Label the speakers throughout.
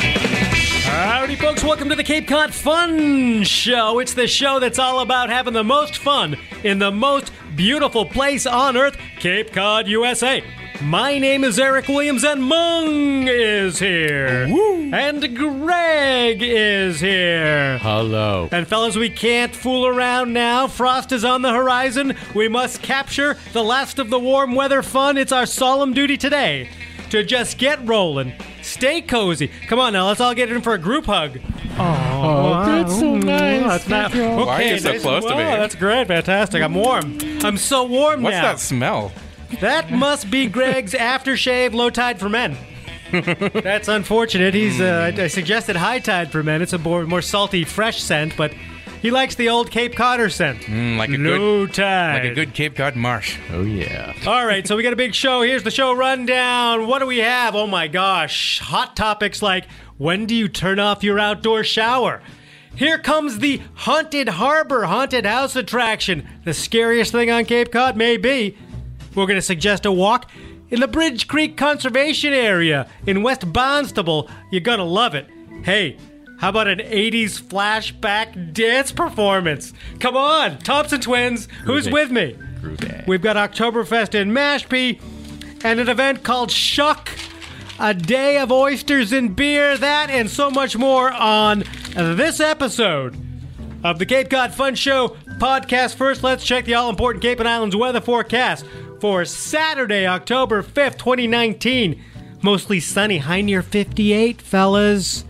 Speaker 1: Howdy, folks. Welcome to the Cape Cod Fun Show. It's the show that's all about having the most fun in the most beautiful place on earth, Cape Cod, USA. My name is Eric Williams, and Mung is here. And Greg is here.
Speaker 2: Hello.
Speaker 1: And fellas, we can't fool around now. Frost is on the horizon. We must capture the last of the warm weather fun. It's our solemn duty today to just get rolling, stay cozy. Come on now, let's all get in for a group hug.
Speaker 2: Oh, that's so nice.
Speaker 1: That's not okay.
Speaker 3: Why are you so
Speaker 1: nice-
Speaker 3: close to me?
Speaker 1: Whoa, That's great, fantastic. I'm warm. I'm so warm
Speaker 3: What's
Speaker 1: now.
Speaker 3: that smell?
Speaker 1: That must be Greg's aftershave, low tide for men. That's unfortunate. He's uh, I I suggested high tide for men. It's a more, more salty, fresh scent, but he likes the old Cape Codder scent.
Speaker 3: Mm, like a good,
Speaker 1: low tide.
Speaker 3: like a good Cape Cod marsh.
Speaker 2: Oh, yeah.
Speaker 1: All right, so we got a big show. Here's the show rundown. What do we have? Oh my gosh, hot topics like when do you turn off your outdoor shower? Here comes the haunted harbor, haunted house attraction. The scariest thing on Cape Cod, maybe. We're going to suggest a walk in the Bridge Creek Conservation Area in West Barnstable. You're going to love it. Hey, how about an 80s flashback dance performance? Come on, Thompson Twins, who's
Speaker 2: Groovy.
Speaker 1: with me?
Speaker 2: Groovy.
Speaker 1: We've got Oktoberfest in Mashpee and an event called Shuck, a day of oysters and beer, that and so much more on this episode of the Cape Cod Fun Show podcast. First, let's check the all important Cape and Islands weather forecast for Saturday, October 5th, 2019. Mostly sunny, high near 58, fellas.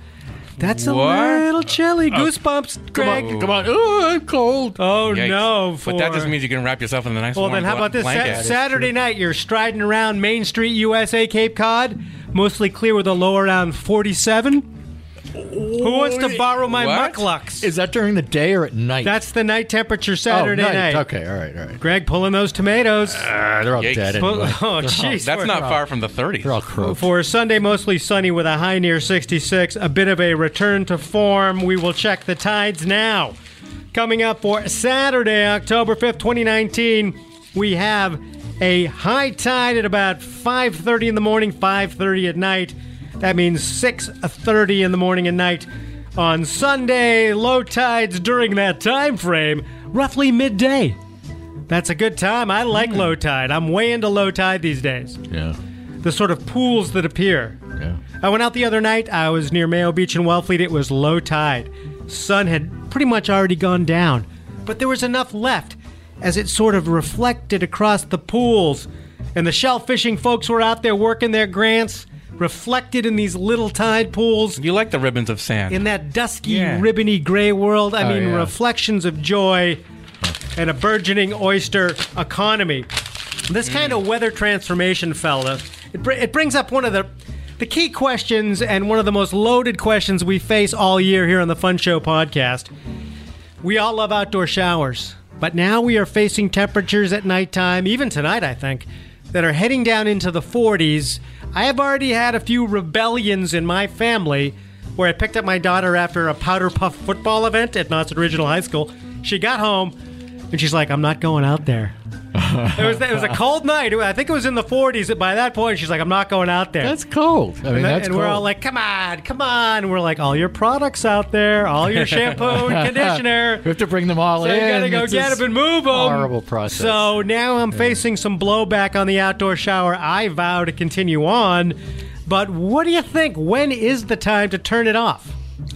Speaker 1: That's a
Speaker 3: What?
Speaker 1: little chilly. Goosebumps, Greg.
Speaker 2: Uh, Come on. Oh, I'm cold.
Speaker 1: Oh,
Speaker 3: Yikes.
Speaker 1: no. For...
Speaker 3: But that doesn't mean you can wrap yourself in the nice
Speaker 1: Well,
Speaker 3: warm
Speaker 1: then, how
Speaker 3: bla-
Speaker 1: about this? Sa-
Speaker 3: blanket.
Speaker 1: Saturday night, you're striding around Main Street, USA, Cape Cod, mostly clear with a low around 47. Who wants to borrow my
Speaker 3: What?
Speaker 1: mucklucks?
Speaker 2: Is that during the day or at night?
Speaker 1: That's the night temperature
Speaker 2: oh,
Speaker 1: Saturday
Speaker 2: night.
Speaker 1: night.
Speaker 2: Okay, all right, all right.
Speaker 1: Greg pulling those tomatoes.
Speaker 2: Ah, they're all
Speaker 3: Yikes.
Speaker 2: dead
Speaker 1: Pull-
Speaker 2: anyway.
Speaker 1: oh, jeez.
Speaker 3: That's
Speaker 1: For-
Speaker 3: not far from the 30s.
Speaker 2: They're all croaked.
Speaker 1: For Sunday, mostly sunny with a high near 66, a bit of a return to form. We will check the tides now. Coming up for Saturday, October 5th, 2019, we have a high tide at about 5:30 in the morning, 5:30 at night. That means 6:30 in the morning and night on Sunday, low tides during that time frame, roughly midday. That's a good time. I like low tide. I'm way into low tide these days
Speaker 2: Yeah,
Speaker 1: the sort of pools that appear.
Speaker 2: yeah.
Speaker 1: I went out the other night. I was near Mayo Beach in Wellfleet. It was low tide. Sun had pretty much already gone down, but there was enough left as it sort of reflected across the pools. And the shellfishing folks were out there working their grants, reflected in these little tide pools.
Speaker 3: You like the ribbons of sand.
Speaker 1: In that dusky,
Speaker 3: Yeah.
Speaker 1: ribbony gray world, I
Speaker 2: Oh,
Speaker 1: mean,
Speaker 2: yeah.
Speaker 1: reflections of joy and a burgeoning oyster economy.
Speaker 2: Mm.
Speaker 1: This kind of weather transformation, fella, it, br- it brings up one of the the key questions and one of the most loaded questions we face all year here on the Fun Show podcast. We all love outdoor showers, but now we are facing temperatures at nighttime, even tonight, I think, that are heading down into the 40s. I have already had a few rebellions in my family where I picked up my daughter after a powder puff football event at Knotts Original High School. She got home and she's like, I'm not going out there. it, was, it was a cold night. I think it was in the 40s. By that point, she's like, I'm not going out there.
Speaker 2: That's cold. I mean,
Speaker 1: And, that-
Speaker 2: that's
Speaker 1: and
Speaker 2: cold.
Speaker 1: we're all like, come on, come on. And we're like, all your products out there, all your shampoo and conditioner.
Speaker 2: Ah, we have to bring them all
Speaker 1: So
Speaker 2: in.
Speaker 1: you gotta go
Speaker 2: It's
Speaker 1: get
Speaker 2: this
Speaker 1: them and move them.
Speaker 2: Horrible process.
Speaker 1: So now I'm facing some blowback on the outdoor shower. I vow to continue on, but what do you think? When is the time to turn it off?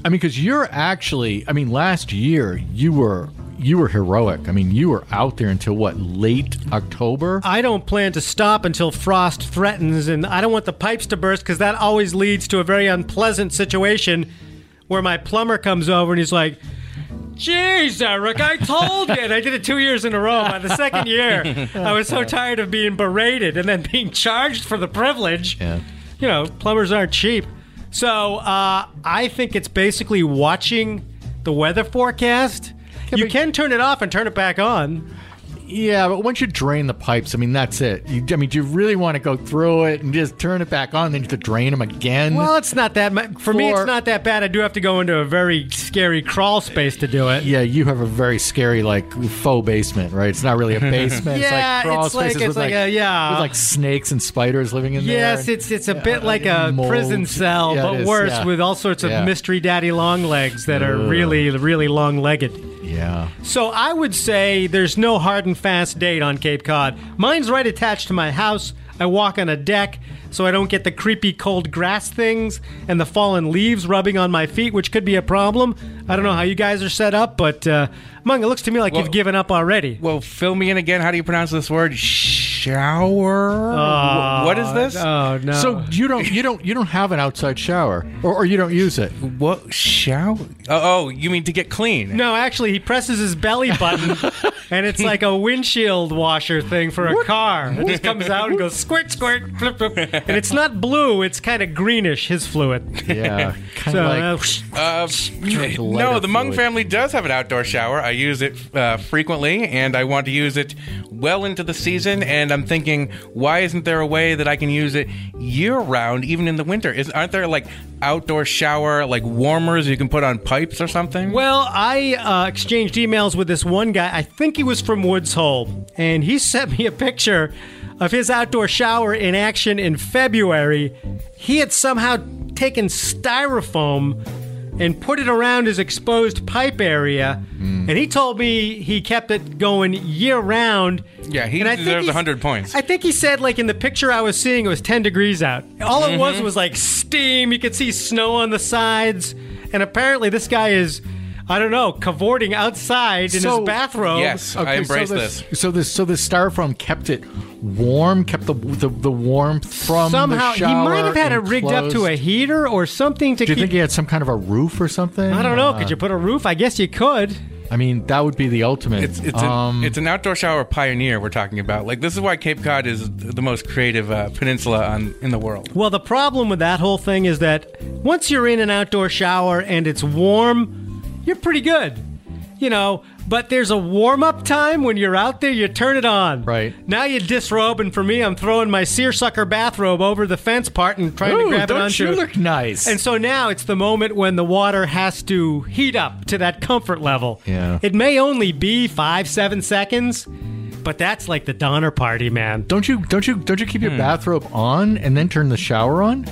Speaker 2: I mean, because you're actually, I mean, last year you were you were heroic. I mean, you were out there until what late October.
Speaker 1: I don't plan to stop until frost threatens, and I don't want the pipes to burst because that always leads to a very unpleasant situation where my plumber comes over and he's like, Jeez, Eric, I told you. And I did it two years in a row. By the second year, I was so tired of being berated and then being charged for the privilege.
Speaker 2: Yeah.
Speaker 1: You know, plumbers aren't cheap. So uh, I think it's basically watching the weather forecast. you
Speaker 2: but-
Speaker 1: can turn it off and turn it back on.
Speaker 2: Yeah, but once you drain the pipes, I mean, that's it. You, I mean, do you really want to go through it and just turn it back on, then you have to drain them again?
Speaker 1: Well, it's not that. mu- For me, it's
Speaker 2: For-
Speaker 1: not that bad. I do have to go into a very scary crawl space to do it.
Speaker 2: yeah, you have a very scary, like, faux basement, right? It's not really a basement.
Speaker 1: Yeah,
Speaker 2: it's like crawl
Speaker 1: it's like-
Speaker 2: spaces
Speaker 1: it's
Speaker 2: with,
Speaker 1: like
Speaker 2: like,
Speaker 1: a- yeah.
Speaker 2: with, like, snakes and spiders living in there.
Speaker 1: Yes, it's it's a bit like a
Speaker 2: mold.
Speaker 1: prison cell,
Speaker 2: Yeah, it
Speaker 1: but
Speaker 2: is,
Speaker 1: worse
Speaker 2: yeah.
Speaker 1: with all sorts of
Speaker 2: Yeah.
Speaker 1: mystery daddy long legs that are really really long legged.
Speaker 2: Yeah.
Speaker 1: So I would say there's no hard and fast date on Cape Cod. Mine's right attached to my house. I walk on a deck so I don't get the creepy cold grass things and the fallen leaves rubbing on my feet, which could be a problem. I don't know how you guys are set up, but uh, Mung, it looks to me like
Speaker 3: Well-
Speaker 1: you've given up already.
Speaker 3: Well, fill me in again. How do you pronounce this word? Shower. Wh- what is this?
Speaker 1: Oh no!
Speaker 2: So you don't you don't you don't have an outside shower or, or you don't use it.
Speaker 3: what shower? Oh, oh, you mean to get clean?
Speaker 1: No, actually, he presses his belly button, and it's like a windshield washer thing for a car. It just comes out and goes squirt, squirt, flip, flip. And it's not blue; it's kind of greenish. His fluid.
Speaker 2: Yeah. Kind
Speaker 1: So,
Speaker 2: of like
Speaker 1: uh,
Speaker 3: Uh, no, the Mung
Speaker 2: fluid.
Speaker 3: family does have an outdoor shower. I use it uh, frequently, and I want to use it well into the season. And I'm thinking, why isn't there a way that I can use it year round, even in the winter? Is aren't there like outdoor shower like warmers you can put on pipes or something?
Speaker 1: well, I uh, exchanged emails with this one guy. I think he was from Woods Hole, and he sent me a picture of his outdoor shower in action in February. He had somehow taken styrofoam and put it around his exposed pipe area.
Speaker 3: Hmm.
Speaker 1: And he told me he kept it going year round.
Speaker 3: Yeah, he
Speaker 1: and I
Speaker 3: deserves
Speaker 1: think he's-
Speaker 3: 100 points.
Speaker 1: I think he said, like, in the picture I was seeing, it was 10 degrees out. All it was
Speaker 2: Mm-hmm.
Speaker 1: was like steam. You could see snow on the sides. And apparently, this guy is, I don't know, cavorting outside in
Speaker 2: So-
Speaker 1: his bathrobe.
Speaker 3: Yes, I embrace
Speaker 2: so
Speaker 3: this.
Speaker 2: So this so this styrofoam kept it warm, kept the the, the warmth from
Speaker 1: Somehow,
Speaker 2: the
Speaker 1: he
Speaker 2: shower
Speaker 1: might have had it rigged up to a
Speaker 2: enclosed.
Speaker 1: heater or something to
Speaker 2: Do you
Speaker 1: keep.
Speaker 2: think he Uh, had some kind of a roof or something?
Speaker 1: I don't know. Could you put a roof? I guess you could.
Speaker 2: I mean, that would be the ultimate.
Speaker 3: It's it's,
Speaker 2: um,
Speaker 3: an, it's an outdoor shower pioneer we're talking about. Like this is why Cape Cod is the most creative uh, peninsula on, in the world.
Speaker 1: Well, the problem with that whole thing is that once you're in an outdoor shower and it's warm, you're pretty good. You know, but there's a warm up time when you're out there, you turn it on.
Speaker 2: Right.
Speaker 1: Now you disrobe, and for me, I'm throwing my seersucker bathrobe over the fence part and trying to
Speaker 2: Ooh,
Speaker 1: grab
Speaker 2: don't
Speaker 1: it onto
Speaker 2: you
Speaker 1: it.
Speaker 2: look nice?
Speaker 1: And so now it's the moment when the water has to heat up to that comfort level.
Speaker 2: Yeah.
Speaker 1: It may only be five, seven seconds, but that's like the Donner Party, man.
Speaker 2: don't you don't you don't you keep
Speaker 3: Hmm.
Speaker 2: your bathrobe on and then turn the shower on?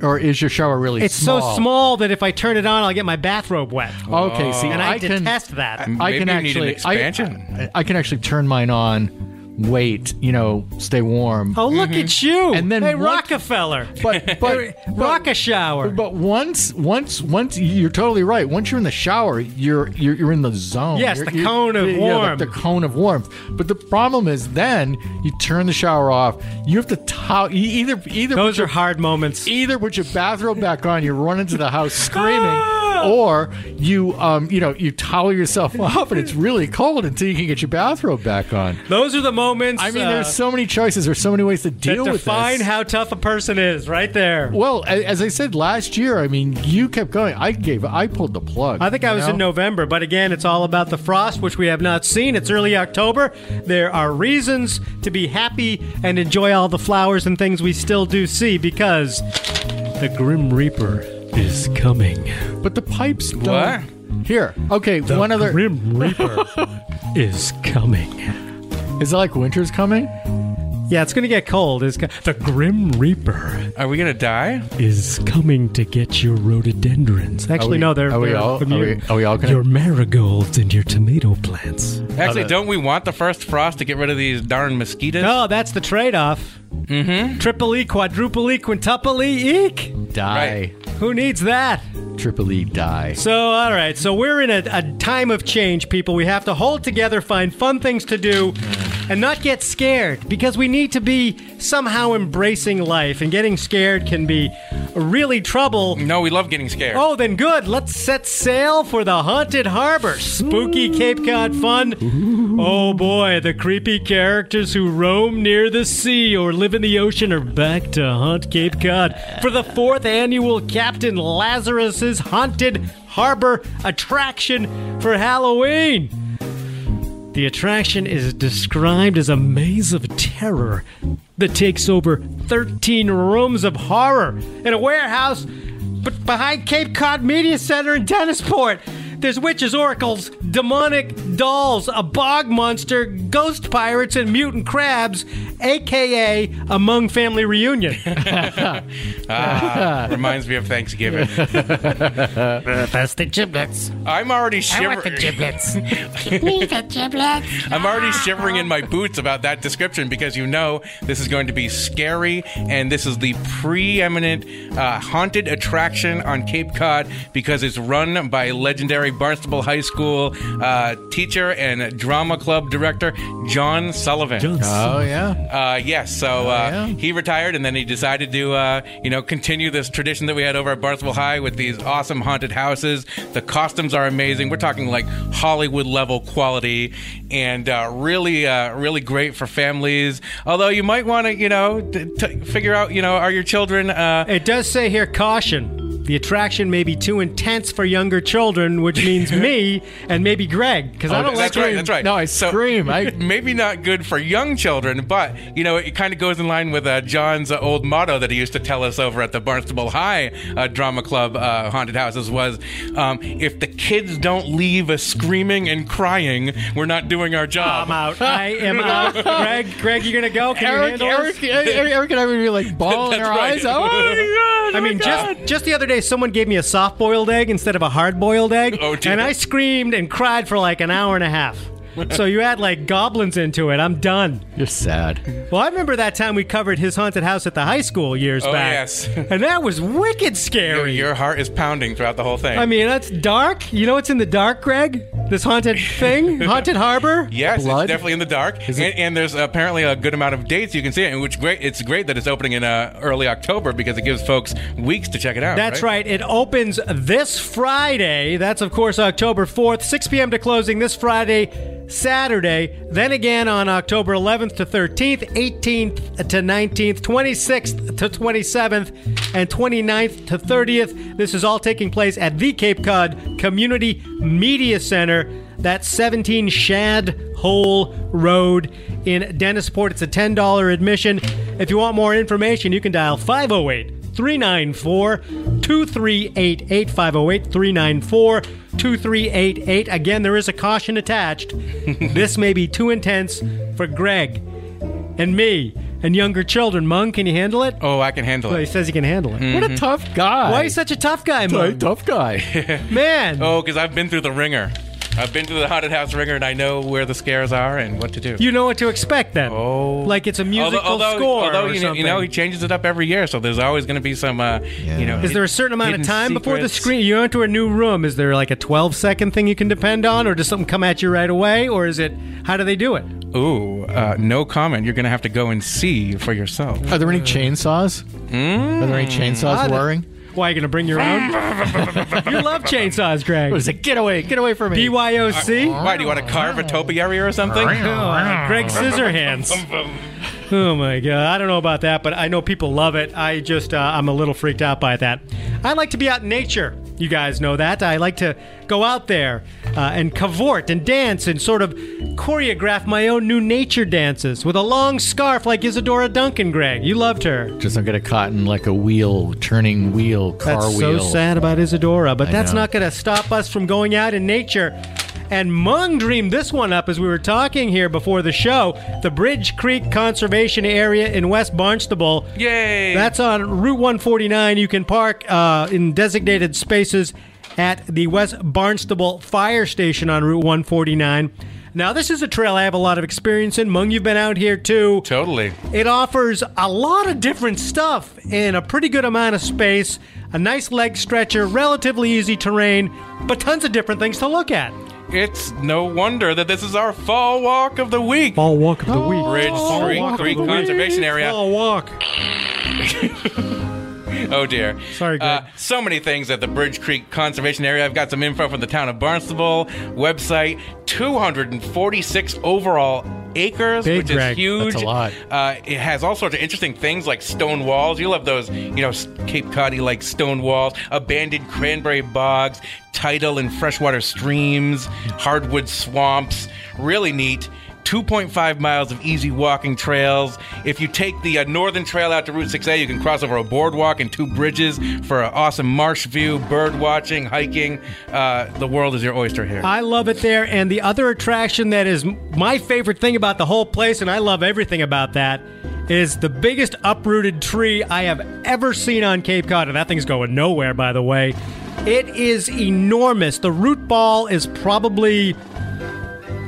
Speaker 2: Or is your shower really
Speaker 1: It's
Speaker 2: small?
Speaker 1: so small that if I turn it on, I'll get my bathrobe wet.
Speaker 2: Okay, see,
Speaker 1: and I,
Speaker 2: can
Speaker 1: detest that.
Speaker 2: I
Speaker 3: Maybe
Speaker 2: can
Speaker 3: you need an
Speaker 2: actually I-
Speaker 3: expansion.
Speaker 2: I, I can actually turn mine on, wait, you know, stay warm.
Speaker 1: Oh, look at you!
Speaker 2: Mm-hmm. And then
Speaker 1: hey,
Speaker 2: what-
Speaker 1: Rockefeller,
Speaker 2: But but,
Speaker 1: rock
Speaker 2: but
Speaker 1: a shower.
Speaker 2: but once once once you're totally right. Once you're in the shower, you're you're, you're in the zone.
Speaker 1: Yes,
Speaker 2: You're-
Speaker 1: the
Speaker 2: you're-
Speaker 1: cone of
Speaker 2: yeah, the-
Speaker 1: warmth.
Speaker 2: The, cone of warmth. But the problem is then you turn the shower off. You have to towel you either either put
Speaker 1: Those
Speaker 2: your-
Speaker 1: are hard moments.
Speaker 2: either put your bathrobe back on, you run into the house screaming,
Speaker 1: Ah!
Speaker 2: or you um you know you towel yourself up and it's really cold until you can get your bathrobe back on.
Speaker 1: Those are the moments.
Speaker 2: I mean,
Speaker 1: uh,
Speaker 2: there's so many choices. There's so many ways to
Speaker 1: that
Speaker 2: deal with
Speaker 1: define
Speaker 2: this.
Speaker 1: how tough a person is, right there.
Speaker 2: well, a- as I said last year, I mean, you kept going. I gave. I pulled the plug.
Speaker 1: I think I
Speaker 2: you
Speaker 1: was
Speaker 2: know?
Speaker 1: in November, but again, it's all about the frost, which we have not seen. It's early October. There are reasons to be happy and enjoy all the flowers and things we still do see because the Grim Reaper is coming.
Speaker 2: But the pipes. Don't.
Speaker 3: What?
Speaker 2: Here. Okay.
Speaker 1: The
Speaker 2: one other.
Speaker 1: Grim Reaper is coming.
Speaker 2: Is it like winter's coming?
Speaker 1: Yeah, it's going to get cold. It's co- the Grim Reaper
Speaker 3: Are we gonna die?
Speaker 1: is coming to get your rhododendrons. Actually,
Speaker 2: we-
Speaker 1: no, they're
Speaker 2: are we
Speaker 1: they're
Speaker 2: all-
Speaker 1: from
Speaker 2: are
Speaker 1: you.
Speaker 2: we- are we all gonna-
Speaker 1: your marigolds and your tomato plants.
Speaker 3: Actually, don't we want the first frost to get rid of these darn mosquitoes?
Speaker 1: Uh, No, Oh, that's the trade-off. Mm-hmm. Triple E, quadruple E, quintuple E, eek.
Speaker 2: Die.
Speaker 1: Who needs that?
Speaker 2: Triple E die.
Speaker 1: So, all right. So we're in a, a time of change, people. We have to hold together, find fun things to do. and not get scared because we need to be somehow embracing life, and getting scared can be really trouble.
Speaker 3: No, we love getting scared.
Speaker 1: Oh, then good. Let's set sail for the haunted harbor. Spooky Cape Cod fun. Oh boy, the creepy characters who roam near the sea or live in the ocean are back to haunt Cape Cod for the fourth annual Captain Lazarus's Haunted Harbor attraction for Halloween. The attraction is described as a maze of terror that takes over 13 rooms of horror in a warehouse b- behind Cape Cod Media Center in Dennisport. There's witches, oracles, demonic dolls, a bog monster, ghost pirates, and mutant crabs, aka a Hmong family reunion.
Speaker 3: Reminds me of Thanksgiving.
Speaker 4: That's the giblets.
Speaker 3: I'm already
Speaker 4: I want the
Speaker 3: shivering.
Speaker 4: giblets. Give me the giblets.
Speaker 3: I'm already shivering in my boots about that description because you know this is going to be scary, and this is the preeminent uh, haunted attraction on Cape Cod because it's run by legendary Barnstable High School uh, teacher and drama club director John Sullivan.
Speaker 2: Oh yeah.
Speaker 3: Uh, yes, so uh,
Speaker 2: yeah?
Speaker 3: he retired, and then he decided to, uh, you know, continue this tradition that we had over at Barnstable High with these awesome haunted houses. The costumes are amazing. We're talking like Hollywood level quality, and uh, really, uh, really great for families. Although you might want to, you know, t- t- figure out, you know, are your children uh,
Speaker 1: It does say here caution. The attraction may be too intense for younger children, which means me and maybe Greg, because
Speaker 2: Oh,
Speaker 1: I don't
Speaker 3: that's
Speaker 1: like
Speaker 3: right, that's right.
Speaker 2: No, I
Speaker 3: So-
Speaker 2: scream. I
Speaker 3: maybe not good for young children, but you know, it kind of goes in line with uh, John's uh, old motto that he used to tell us over at the Barnstable High uh, Drama Club uh, haunted houses was, um, "If the kids don't leave us screaming and crying, we're not doing our job."
Speaker 1: I'm out. I am out. Greg, Greg, you gonna go? Can you
Speaker 2: Eric,
Speaker 1: handle
Speaker 2: Eric,
Speaker 1: this?
Speaker 2: Eric, Eric and I would be like bawling
Speaker 3: That's
Speaker 2: our
Speaker 3: right.
Speaker 2: eyes out. Oh my god!
Speaker 1: I mean, just just the other day, someone gave me a soft-boiled egg instead of a hard-boiled egg,
Speaker 3: Oh, dear.
Speaker 1: and I screamed and cried for like an hour and a half. so you add like goblins into it. I'm done.
Speaker 2: you're sad.
Speaker 1: Well, I remember that time we covered his haunted house at the high school years
Speaker 3: Oh,
Speaker 1: back.
Speaker 3: yes.
Speaker 1: and that was wicked scary.
Speaker 3: Your heart is pounding throughout the whole thing.
Speaker 1: I mean, that's dark. You know what's in the dark, Greg? This haunted thing, haunted harbor.
Speaker 3: Yes,
Speaker 2: Blood?
Speaker 3: it's definitely in the dark, and, and there's apparently a good amount of dates you can see it. And which great, it's great that it's opening in uh, early October because it gives folks weeks to check it out.
Speaker 1: That's right. It opens this Friday. That's, of course, October 4th, 6 p.m. to closing this Friday, Saturday. Then again on October 11th to 13th, 18th to 19th, 26th to 27th, and 29th to 30th. This is all taking place at the Cape Cod Community Media Center. That's 17 Shad Hole Road in Dennisport. It's a $10 admission. If you want more information, you can dial 508- 394 2388 508 394 2388. Again, there is a caution attached. this may be too intense for Greg and me and younger children. Mung, can you handle it?
Speaker 3: Oh, Hmm. I can handle
Speaker 1: Well, he
Speaker 3: it.
Speaker 1: says he can handle it.
Speaker 2: What a tough guy.
Speaker 1: Why are you such a tough guy,
Speaker 2: a
Speaker 1: Mung?
Speaker 2: tough guy?
Speaker 1: Man,
Speaker 3: Oh, because I've been through the ringer. I've been through the haunted house ringer, and I know where the scares are and what to do.
Speaker 1: you know what to expect then.
Speaker 3: Oh.
Speaker 1: Like it's a musical score.
Speaker 3: although
Speaker 1: or
Speaker 3: you, know, you
Speaker 1: something.
Speaker 3: know, he changes it up every year, so there's always going to be some. Uh, You know,
Speaker 1: Is there a certain amount of time before the screen? You enter a new room. Is there like a 12 second thing you can depend on, or does something come at you right away, or is it how do they do it?
Speaker 3: Ooh, uh, no comment. You're going to have to go and see for yourself.
Speaker 2: Are there any chainsaws? Are there any chainsaws
Speaker 1: the-
Speaker 2: whirring?
Speaker 1: Why are you gonna bring your own? you love chainsaws, Greg.
Speaker 2: It was like, get away, get away from me.
Speaker 1: BYOC.
Speaker 3: Why do you want to carve a topiary or something?
Speaker 1: Oh, Greg Scissorhands. Oh my god, I don't know about that, but I know people love it. I just uh, I'm a little freaked out by that. I like to be out in nature. You guys know that. I like to go out there uh, and cavort and dance and sort of choreograph my own new nature dances with a long scarf like Isadora Duncan. Greg, you loved her.
Speaker 2: Just don't get a cotton like a wheel, turning wheel, car
Speaker 1: That's
Speaker 2: wheel.
Speaker 1: so sad about Isadora, but that's
Speaker 2: know.
Speaker 1: not going to stop us from going out in nature. And Mung dreamed this one up as we were talking here before the show. The Bridge Creek Conservation Area in West Barnstable.
Speaker 3: Yay!
Speaker 1: That's on Route 149. You can park uh, in designated spaces at the West Barnstable Fire Station on Route 149. Now, this is a trail I have a lot of experience in. Mung, you've been out here too.
Speaker 3: totally.
Speaker 1: It offers a lot of different stuff in a pretty good amount of space, a nice leg stretcher, relatively easy terrain, but tons of different things to look at.
Speaker 3: It's no wonder that this is our fall walk of the week.
Speaker 1: Ball walk of the week.
Speaker 3: Bridge Street Creek Conservation Area.
Speaker 1: Ball walk.
Speaker 3: Oh dear.
Speaker 1: Sorry, Greg.
Speaker 3: Uh, so many things at the Bridge Creek Conservation Area. I've got some info from the town of Barnstable website. 246 overall acres,
Speaker 1: Big,
Speaker 3: which
Speaker 1: Greg.
Speaker 3: is huge.
Speaker 2: That's a lot.
Speaker 3: Uh, it has all sorts of interesting things like stone walls. You love those, you know, s- Cape Coddy like stone walls, abandoned cranberry bogs, tidal and freshwater streams, hardwood swamps. Really neat. 2.5 miles of easy walking trails. If you take the uh, northern trail out to Route 6A, you can cross over a boardwalk and two bridges for an awesome marsh view, bird watching, hiking. Uh, the world is your oyster here.
Speaker 1: I love it there. And the other attraction that is my favorite thing about the whole place, and I love everything about that, is the biggest uprooted tree I have ever seen on Cape Cod. And that thing's going nowhere, by the way. It is enormous. The root ball is probably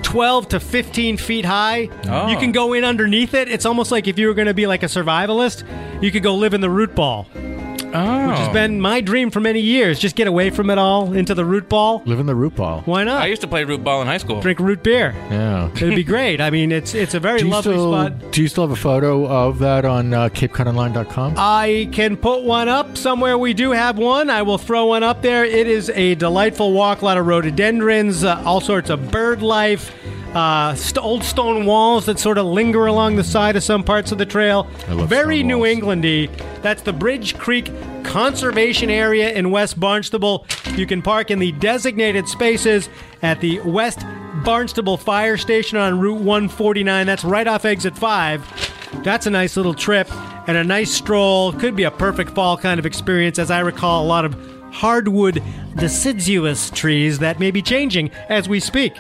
Speaker 1: 12 to 15 feet high.
Speaker 3: Oh.
Speaker 1: You can go in underneath it. It's almost like if you were going to be like a survivalist, you could go live in the root ball.
Speaker 3: oh.
Speaker 1: Which has been my dream for many years. Just get away from it all into the root ball.
Speaker 2: Live in the root ball.
Speaker 1: Why not?
Speaker 3: I used to play root ball in high school.
Speaker 1: drink root beer.
Speaker 2: Yeah.
Speaker 1: It'd be great. I mean, it's it's a very
Speaker 2: Do you,
Speaker 1: lovely
Speaker 2: still,
Speaker 1: spot.
Speaker 2: do you still have a photo of that on uh, CapeCodOnline.com?
Speaker 1: I can put one up somewhere. We do have one. I will throw one up there. It is a delightful walk. A lot of rhododendrons, uh, all sorts of bird life, uh, st- old stone walls that sort of linger along the side of some parts of the trail.
Speaker 2: I love
Speaker 1: Very
Speaker 2: stone
Speaker 1: New
Speaker 2: walls.
Speaker 1: Englandy. That's the Bridge Creek Conservation Area in West Barnstable. You can park in the designated spaces at the West Barnstable Fire Station on Route 149. That's right off exit 5. That's a nice little trip and a nice stroll. Could be a perfect fall kind of experience. As I recall, a lot of hardwood deciduous trees that may be changing as we speak.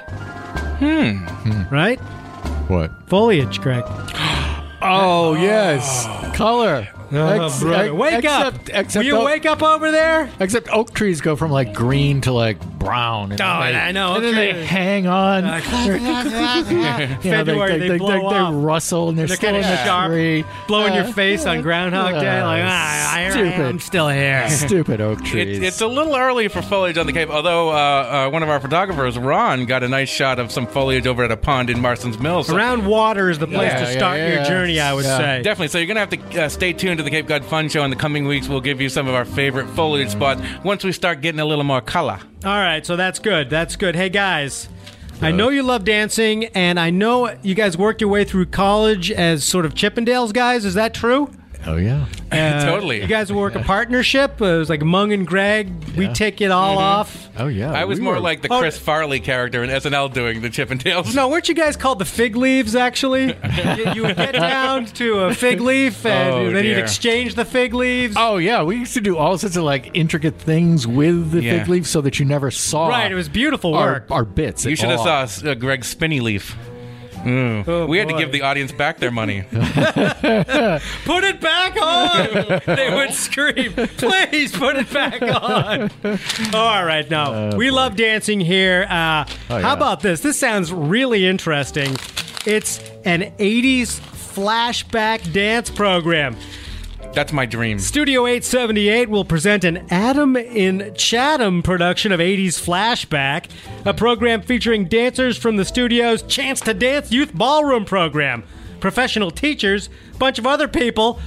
Speaker 1: Hmm. Right?
Speaker 2: What?
Speaker 1: Foliage, Greg.
Speaker 2: Oh, yes. Color. Ex- ex-
Speaker 1: wake
Speaker 2: except,
Speaker 1: up!
Speaker 2: Except,
Speaker 1: Will you
Speaker 2: oak,
Speaker 1: wake up over there?
Speaker 2: except oak trees go from like green to like brown. And
Speaker 1: Oh,
Speaker 2: then they-
Speaker 1: I know,
Speaker 2: And
Speaker 1: oak
Speaker 2: then they
Speaker 1: trees. Uh,
Speaker 2: hang on. You know,
Speaker 1: February, they blow
Speaker 2: they,
Speaker 1: up.
Speaker 2: rustle and they're,
Speaker 1: They're
Speaker 2: still
Speaker 1: kind of
Speaker 2: in the
Speaker 1: sharp,
Speaker 2: tree.
Speaker 1: blowing
Speaker 2: Yeah.
Speaker 1: your face on Groundhog Day. Like,
Speaker 2: Uh,
Speaker 1: ah, I, I
Speaker 2: stupid.
Speaker 1: am still here.
Speaker 2: Stupid oak trees.
Speaker 3: It, it's a little early for foliage on the Cape, although uh, uh, one of our photographers, Ron, got a nice shot of some foliage over at a pond in Marston's Mills. So
Speaker 1: Around water is the place
Speaker 2: Yeah,
Speaker 1: to
Speaker 2: yeah,
Speaker 1: start your
Speaker 2: yeah.
Speaker 1: journey, I would
Speaker 2: Yeah.
Speaker 1: say.
Speaker 3: Definitely. So you're going to have to uh, stay tuned to the Cape Cod Fun Show in the coming weeks. We'll give you some of our favorite foliage spots once we start getting a little more color.
Speaker 1: All right, so that's good. That's good. Hey, guys. I know you love dancing, and I know you guys worked your way through college as sort of Chippendales guys. Is that true?
Speaker 2: oh, yeah.
Speaker 1: Uh,
Speaker 3: totally.
Speaker 1: You guys work a partnership. Uh, It was like Mung and Greg. We take it all off.
Speaker 2: Oh, yeah.
Speaker 3: I was
Speaker 2: We
Speaker 3: more
Speaker 2: were-
Speaker 3: like the
Speaker 1: Oh.
Speaker 3: Chris Farley character in SNL doing the Chippendales.
Speaker 1: No, weren't you guys called the fig leaves? Actually, you, you would get down to a fig leaf, and
Speaker 3: Oh,
Speaker 1: then you'd
Speaker 3: dear.
Speaker 1: exchange the fig leaves.
Speaker 2: Oh yeah, we used to do all sorts of like intricate things with the
Speaker 3: Yeah.
Speaker 2: fig leaf so that you never saw.
Speaker 1: Right, it was beautiful
Speaker 2: our,
Speaker 1: work.
Speaker 2: our bits.
Speaker 3: You
Speaker 2: at
Speaker 3: should
Speaker 2: all.
Speaker 3: have saw uh, Greg's spinny leaf. Mm.
Speaker 1: Oh,
Speaker 3: we had to
Speaker 1: boy.
Speaker 3: give the audience back their money.
Speaker 1: Put it back on! they would scream, please put it back on. All right,
Speaker 3: Oh,
Speaker 1: now, we love dancing here. Uh, How
Speaker 2: yeah.
Speaker 1: about this? This sounds really interesting. It's an 80s flashback dance program.
Speaker 3: That's my dream.
Speaker 1: Studio 878 will present an Adam in Chatham production of 80s Flashback, a program featuring dancers from the studio's Chance to Dance Youth Ballroom program, professional teachers, bunch of other people.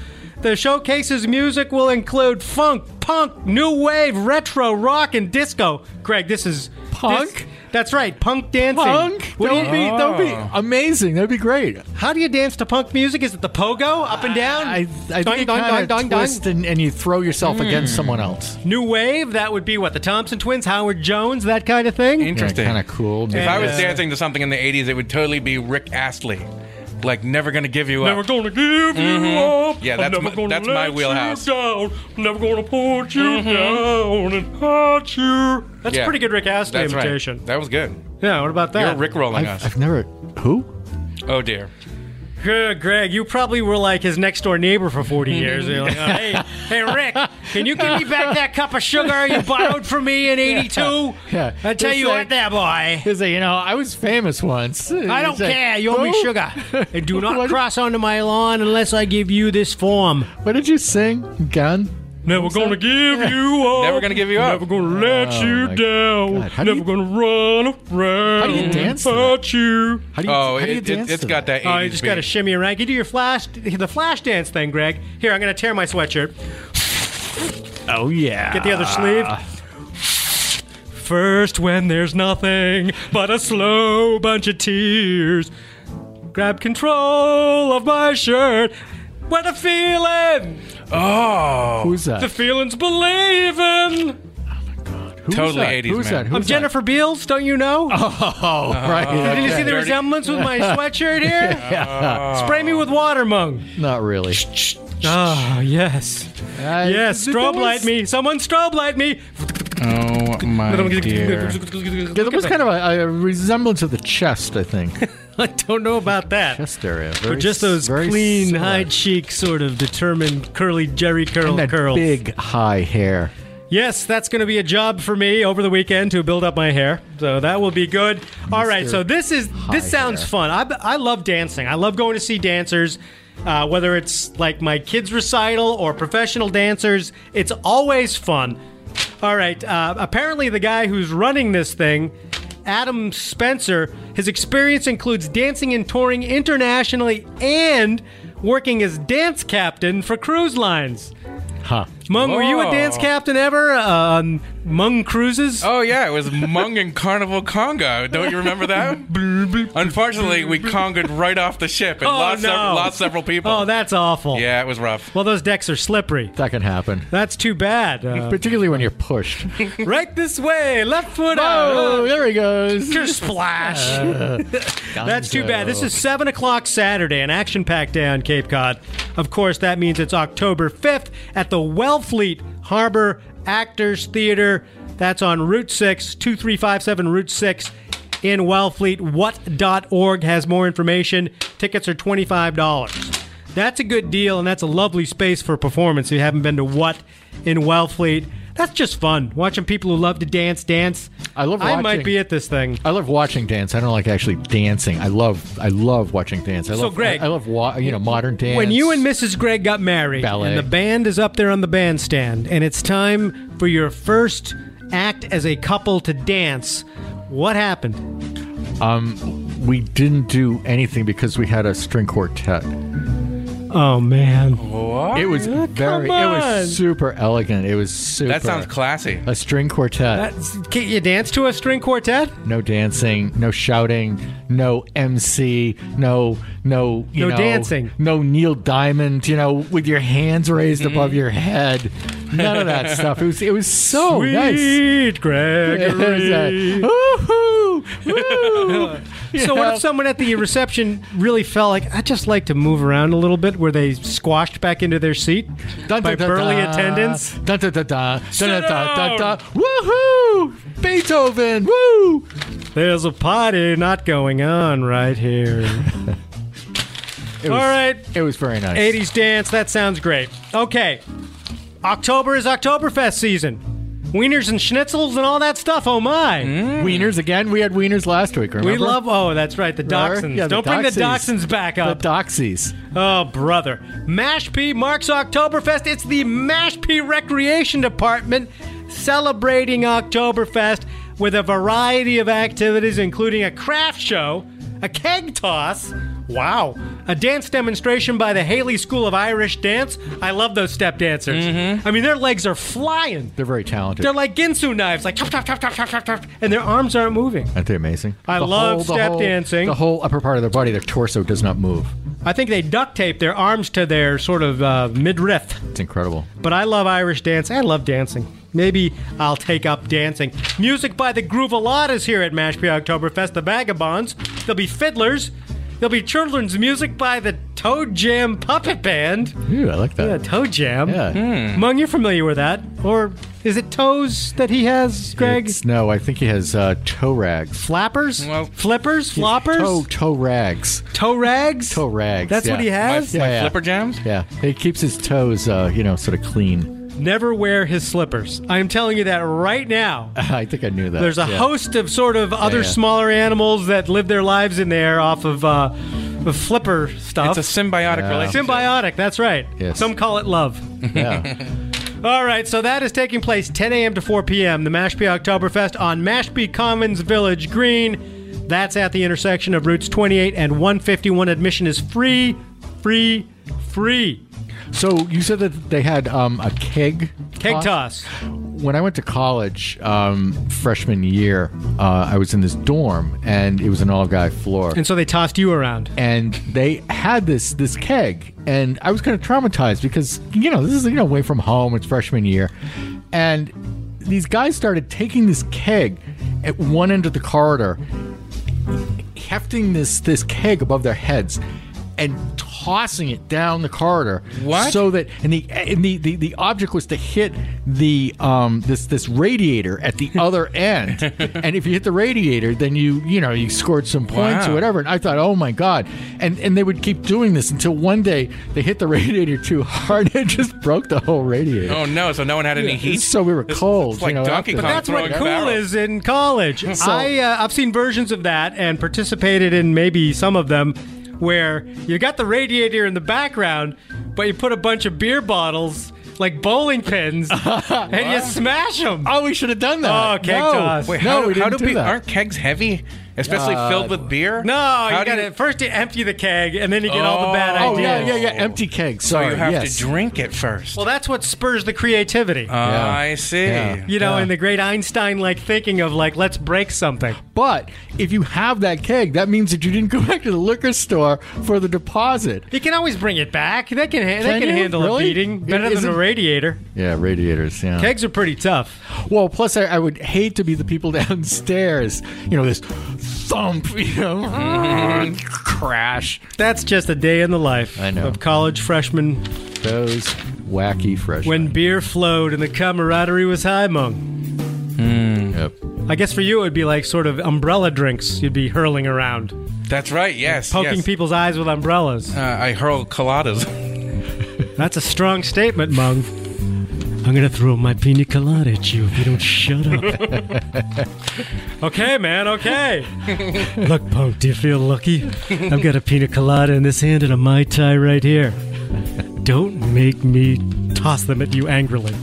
Speaker 1: The showcase's music will include funk, punk, new wave, retro, rock, and disco. Greg, this is
Speaker 2: Punk?
Speaker 1: this- that's right, punk dancing.
Speaker 2: Punk?
Speaker 1: What do you
Speaker 2: That would be
Speaker 1: mean?
Speaker 2: that would be amazing. That'd be great.
Speaker 1: How do you dance to punk music? Is it the pogo, up and down?
Speaker 2: I, I
Speaker 1: Doink,
Speaker 2: think
Speaker 1: doink,
Speaker 2: kind
Speaker 1: doink,
Speaker 2: of
Speaker 1: doink, doink.
Speaker 2: twist and, and you throw yourself
Speaker 1: Hmm.
Speaker 2: against someone else.
Speaker 1: New wave, that would be what? The Thompson twins, Howard Jones, that kind of thing?
Speaker 3: Interesting.
Speaker 2: kind of cool.
Speaker 3: If I was
Speaker 1: Yeah.
Speaker 3: dancing to something in the 80s, it would totally be Rick Astley. Like, never gonna give you up.
Speaker 1: gonna give you up.
Speaker 3: Yeah, that's my- that's my wheelhouse.
Speaker 1: down. I'm never gonna put you down and hurt you. Mm-hmm. That's
Speaker 3: Yeah.
Speaker 1: a pretty good Rick Astley
Speaker 3: That's right.
Speaker 1: imitation.
Speaker 3: That was good.
Speaker 1: Yeah, what about that?
Speaker 3: You're Rick rolling
Speaker 2: I've,
Speaker 3: us.
Speaker 2: I've never. Who?
Speaker 3: Oh dear.
Speaker 1: Good, Greg. You probably were like his next door neighbor for 40 years. You're like, oh, hey, hey, Rick, can you give me back that cup of sugar you borrowed from me in 82?
Speaker 2: Yeah.
Speaker 1: I tell
Speaker 2: Just
Speaker 1: you
Speaker 2: like-
Speaker 1: what, there, boy.
Speaker 2: Is you know I was famous once.
Speaker 1: I don't care. You owe me sugar. And do not cross onto my lawn unless I give you this form.
Speaker 2: What did you sing? Gun.
Speaker 1: Never gonna give you up.
Speaker 3: Never gonna give you up.
Speaker 1: Oh, Never gonna let you
Speaker 2: my
Speaker 1: down.
Speaker 2: God. How do
Speaker 1: Never
Speaker 2: you-
Speaker 1: gonna run around.
Speaker 2: How do you dance to
Speaker 1: without you.
Speaker 2: How do you,
Speaker 3: Oh,
Speaker 2: how do you
Speaker 3: it,
Speaker 2: dance
Speaker 3: it, it's
Speaker 2: to
Speaker 3: got that.
Speaker 1: Oh,
Speaker 3: 80s
Speaker 1: you just
Speaker 3: beat.
Speaker 1: gotta shimmy around. You do your flash, the flash dance thing, Greg. Here, I'm gonna tear my sweatshirt.
Speaker 2: Oh yeah.
Speaker 1: Get the other sleeve. First, when there's nothing but a slow bunch of tears, grab control of my shirt. What a feeling!
Speaker 3: Oh.
Speaker 2: Who's that?
Speaker 1: The feeling's believing.
Speaker 2: Who's
Speaker 3: Totally
Speaker 2: that?
Speaker 3: 80s
Speaker 2: Who's
Speaker 3: man.
Speaker 2: that? Who's
Speaker 1: I'm Jennifer Beals, don't you know?
Speaker 2: Oh, right.
Speaker 1: Did you see the
Speaker 3: Dirty.
Speaker 1: resemblance with my sweatshirt here? Spray me with water, mung.
Speaker 2: Not really.
Speaker 1: Ah, yes.
Speaker 2: I-
Speaker 1: Yes,
Speaker 2: There
Speaker 1: strobe
Speaker 2: was-
Speaker 1: light me. Someone strobe light me.
Speaker 3: Oh my dear.
Speaker 2: Yeah, there was kind of a, a resemblance of the chest, I think.
Speaker 1: I don't know about that.
Speaker 2: chest area.
Speaker 1: But
Speaker 2: Very
Speaker 1: just those
Speaker 2: s- very
Speaker 1: clean,
Speaker 2: similar.
Speaker 1: high cheek, sort of determined, curly Jerry curl
Speaker 2: And that
Speaker 1: curls.
Speaker 2: big high hair.
Speaker 1: Yes, that's going to be a job for me over the weekend to build up my hair. So that will be good. All right, so this is this
Speaker 2: High
Speaker 1: sounds
Speaker 2: hair.
Speaker 1: fun. I, I love dancing. I love going to see dancers, uh, whether it's like my kids' recital or professional dancers. It's always fun. All right, uh, apparently the guy who's running this thing, Adam Spencer, his experience includes dancing and touring internationally and working as dance captain for cruise lines.
Speaker 2: Huh.
Speaker 1: Mung, were you a
Speaker 3: Whoa.
Speaker 1: dance captain ever uh, on Mung Cruises?
Speaker 3: Oh yeah, it was Hmong and Carnival Congo. Don't you remember that? Unfortunately, we congoed right off the ship and
Speaker 1: Oh,
Speaker 3: lost,
Speaker 1: no.
Speaker 3: several, lost several people.
Speaker 1: Oh, that's awful.
Speaker 3: yeah, it was rough.
Speaker 1: Well, those decks are slippery.
Speaker 2: That can happen.
Speaker 1: That's too bad. Uh,
Speaker 2: Particularly when you're pushed.
Speaker 1: right this way, left foot
Speaker 2: oh,
Speaker 1: out.
Speaker 2: there he goes.
Speaker 1: Just
Speaker 3: Uh,
Speaker 1: splash. That's too bad. This is 7 o'clock Saturday, an action packed day on Cape Cod. Of course, that means it's October 5th at the Wellfleet Harbor Actors Theater. That's on Route 6, 2357 Route 6 in Wellfleet. What.org has more information. Tickets are $25. That's a good deal, and that's a lovely space for a performance. If you haven't been to What in Wellfleet, that's just fun. Watching people who love to dance dance.
Speaker 2: I love
Speaker 1: I might
Speaker 2: watching-
Speaker 1: be at this thing.
Speaker 2: I love watching dance. I don't like actually dancing. I love I love watching dance. I
Speaker 1: So,
Speaker 2: love,
Speaker 1: Greg,
Speaker 2: I, I love wa- you know modern dance.
Speaker 1: When you and Mrs. Gregg got married,
Speaker 2: Ballet.
Speaker 1: and the band is up there on the bandstand, and it's time for your first act as a couple to dance, what happened?
Speaker 2: we didn't do anything because we had a string quartet.
Speaker 1: Oh man!
Speaker 2: It was very. It
Speaker 1: on.
Speaker 2: was super elegant. It was super.
Speaker 3: That sounds classy.
Speaker 2: a string quartet.
Speaker 1: That's, can't you dance to a string quartet?
Speaker 2: no dancing, no shouting, no MC, no no you
Speaker 1: No
Speaker 2: know,
Speaker 1: dancing.
Speaker 2: no Neil Diamond, you know, with your hands raised
Speaker 1: Mm-hmm.
Speaker 2: above your head, none of that stuff. It was it was so Oh, nice.
Speaker 1: Sweet
Speaker 2: It was
Speaker 1: Gregory.
Speaker 2: a, "Woo-hoo, woo."
Speaker 1: So what
Speaker 2: Oh, Yeah.
Speaker 1: if someone at the reception really felt like I just like to move around a little bit, where they squashed back into their seat
Speaker 2: Dun,
Speaker 1: by
Speaker 2: dun, dun,
Speaker 1: burly
Speaker 2: dun.
Speaker 1: attendants?
Speaker 2: Dun, dun, dun, dun.
Speaker 1: Sit
Speaker 2: Dun, dun, dun, dun,
Speaker 1: down.
Speaker 2: dun. Woohoo! Beethoven! Woo!
Speaker 1: There's a party not going on right here.
Speaker 2: It was,
Speaker 1: All right.
Speaker 2: It was very nice.
Speaker 1: 80s dance. That sounds great. Okay. October is Oktoberfest season. Wieners and schnitzels and all that stuff. Oh my.
Speaker 2: Wieners again. We had wieners last week, Hmm? remember?
Speaker 1: We love. Oh, that's right. The
Speaker 2: Remember?
Speaker 1: dachshunds.
Speaker 2: Yeah, the
Speaker 1: Don't bring the
Speaker 2: dachshunds.
Speaker 1: dachshunds back
Speaker 2: the
Speaker 1: up.
Speaker 2: doxies.
Speaker 1: Oh, brother. Mash P marks Oktoberfest. It's the Mash P Recreation Department celebrating Oktoberfest with a variety of activities, including a craft show, a keg toss. Wow. A dance demonstration by the Haley School of Irish Dance. I love those step dancers. I mean, their legs are flying.
Speaker 2: They're very talented.
Speaker 1: They're like Ginsu knives, like chop, chop, chop, chop, chop, chop, chop, and their arms aren't moving.
Speaker 2: Aren't they amazing?
Speaker 1: I love
Speaker 2: the
Speaker 1: step dancing.
Speaker 2: The whole upper part of their body, their torso does not move.
Speaker 1: I think they duct tape their arms to their sort of uh, midriff.
Speaker 2: It's incredible.
Speaker 1: But I love Irish dance. I love dancing. Maybe I'll take up dancing. Music by the Groovaladas here at Mashpee Oktoberfest, the Vagabonds. There'll be fiddlers. There'll be children's music by the Toad Jam Puppet Band.
Speaker 2: Ooh, I like
Speaker 1: Yeah,
Speaker 2: that.
Speaker 1: Toad Jam. Mm.
Speaker 2: Yeah.
Speaker 1: Mung, you're familiar with that. Or is it toes that he has, Greg?
Speaker 2: It's- no, I think he has uh, toe rags.
Speaker 1: Flappers?
Speaker 3: Well-
Speaker 1: Flippers? Floppers?
Speaker 2: Toe, toe rags.
Speaker 1: toe rags?
Speaker 2: Toe rags.
Speaker 1: That's
Speaker 2: yeah.
Speaker 1: what he has?
Speaker 2: Yeah, yeah.
Speaker 3: Flipper jams.
Speaker 2: Yeah. He keeps his toes, uh, you know, sort of clean.
Speaker 1: Never wear his slippers. I'm telling you that right now.
Speaker 2: I think I knew that.
Speaker 1: There's a
Speaker 2: yeah.
Speaker 1: host of sort of other
Speaker 2: yeah.
Speaker 1: smaller animals that live their lives in there off of uh, the flipper stuff.
Speaker 3: It's a symbiotic relationship.
Speaker 1: symbiotic. That's right.
Speaker 2: Yes.
Speaker 1: Some call it love.
Speaker 2: Yeah.
Speaker 1: All right, so that is taking place 10 a.m. to 4 p.m. The Mashpee Oktoberfest on Mashpee Commons Village Green. That's at the intersection of routes 28 and 151. Admission is free, free, free.
Speaker 2: So you said that they had um, a keg
Speaker 1: Keg toss.
Speaker 2: when I went to college um, freshman year, uh, I was in this dorm and it was an all guy floor.
Speaker 1: And so they tossed you around.
Speaker 2: and they had this this keg and i was kind of traumatized because you know this is you know away from home it's freshman year and these guys started taking this keg at one end of the corridor hefting this this keg above their heads and tossing it down the corridor
Speaker 3: What?
Speaker 2: so that and the and the, the the object was to hit the um this this radiator at the other end and if you hit the radiator then you you know you scored some points or
Speaker 3: Wow.
Speaker 2: whatever whatever. And I thought, oh my God. And and they would keep doing this until one day they hit the radiator too hard and it just broke the whole radiator.
Speaker 3: Oh no! So no one had any heat.
Speaker 2: So we were
Speaker 3: This-
Speaker 2: cold,
Speaker 3: It's like
Speaker 2: you know,
Speaker 3: Donkey
Speaker 2: after
Speaker 3: Kong.
Speaker 2: that.
Speaker 1: That's what
Speaker 3: throwing
Speaker 1: cool
Speaker 3: barrels.
Speaker 1: is in college. I uh, I've seen versions of that and participated in maybe some of them where you got the radiator in the background, but you put a bunch of beer bottles like bowling pins and you smash them.
Speaker 2: Oh, we should have done that.
Speaker 1: Oh, keg
Speaker 2: no.
Speaker 1: toss.
Speaker 3: Wait,
Speaker 2: no,
Speaker 3: how, do-
Speaker 2: we didn't
Speaker 3: how do,
Speaker 2: do
Speaker 3: we?
Speaker 2: that.
Speaker 3: Aren't kegs heavy, especially filled with beer?
Speaker 1: Uh, No,
Speaker 3: How
Speaker 1: you
Speaker 3: do
Speaker 1: got to first you empty the keg and then you get all the bad
Speaker 2: Oh
Speaker 1: ideas.
Speaker 2: yeah, yeah, yeah. Empty kegs.
Speaker 3: So
Speaker 2: Sorry.
Speaker 3: Oh, you have
Speaker 2: yes.
Speaker 3: to drink it first. Ah,
Speaker 1: Well, that's what spurs the creativity.
Speaker 3: I see.
Speaker 2: Oh, Yeah.
Speaker 1: you know, and the great Einstein like thinking of like let's break something.
Speaker 2: But if you have that keg, that means that you didn't go back to the liquor store for the deposit.
Speaker 1: You can always bring it back. They can, ha- they
Speaker 2: Can
Speaker 1: can
Speaker 2: you?
Speaker 1: handle
Speaker 2: Really?
Speaker 1: a beating better
Speaker 2: Is
Speaker 1: than
Speaker 2: it-
Speaker 1: a radiator.
Speaker 2: Yeah, radiators. Yeah.
Speaker 1: Kegs are pretty tough.
Speaker 2: Well, plus I, I would hate to be the people downstairs. You know this thump. You
Speaker 3: Mm-hmm.
Speaker 2: know, crash.
Speaker 1: That's just a day in the life
Speaker 2: I know.
Speaker 1: of college freshmen
Speaker 2: Those wacky freshmen.
Speaker 1: when beer flowed and the camaraderie was high among.
Speaker 2: Yep.
Speaker 1: I guess for you it would be like sort of umbrella drinks you'd be hurling around,
Speaker 3: That's right. Yes.
Speaker 1: poking
Speaker 3: yes.
Speaker 1: people's eyes with umbrellas.
Speaker 3: Uh, I hurl coladas.
Speaker 1: That's a strong statement, Mung. I'm gonna throw my pina colada at you if you don't shut up. okay, man. Okay. Look, punk. Do you feel lucky? I've got a pina colada in this hand and a mai tai right here. Don't make me toss them at you angrily.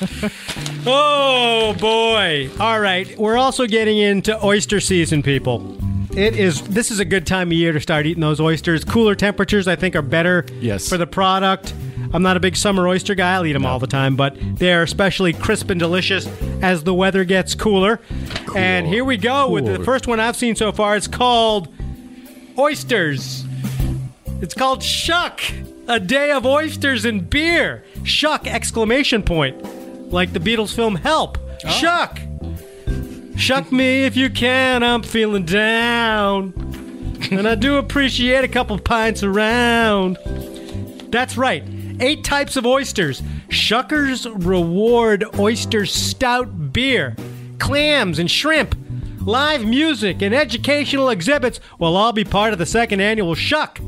Speaker 1: oh boy! All right, we're also getting into oyster season, people. It is. This is a good time of year to start eating those oysters. Cooler temperatures, I think, are better
Speaker 2: Yes.
Speaker 1: for the product. I'm not a big summer oyster guy. I'll eat them all the time, but they are especially crisp and delicious as the weather gets cooler. And here we go with the
Speaker 2: Cool.
Speaker 1: first one I've seen so far. It's called oysters. It's called Shuck, a day of oysters and beer. Shuck exclamation point, like the Beatles film Help. Shuck, shuck me if you can. I'm feeling down, and I do appreciate a couple pints around. That's right. Eight types of oysters. Shuckers reward oyster stout beer, clams and shrimp, live music and educational exhibits will all be part of the second annual Shuck,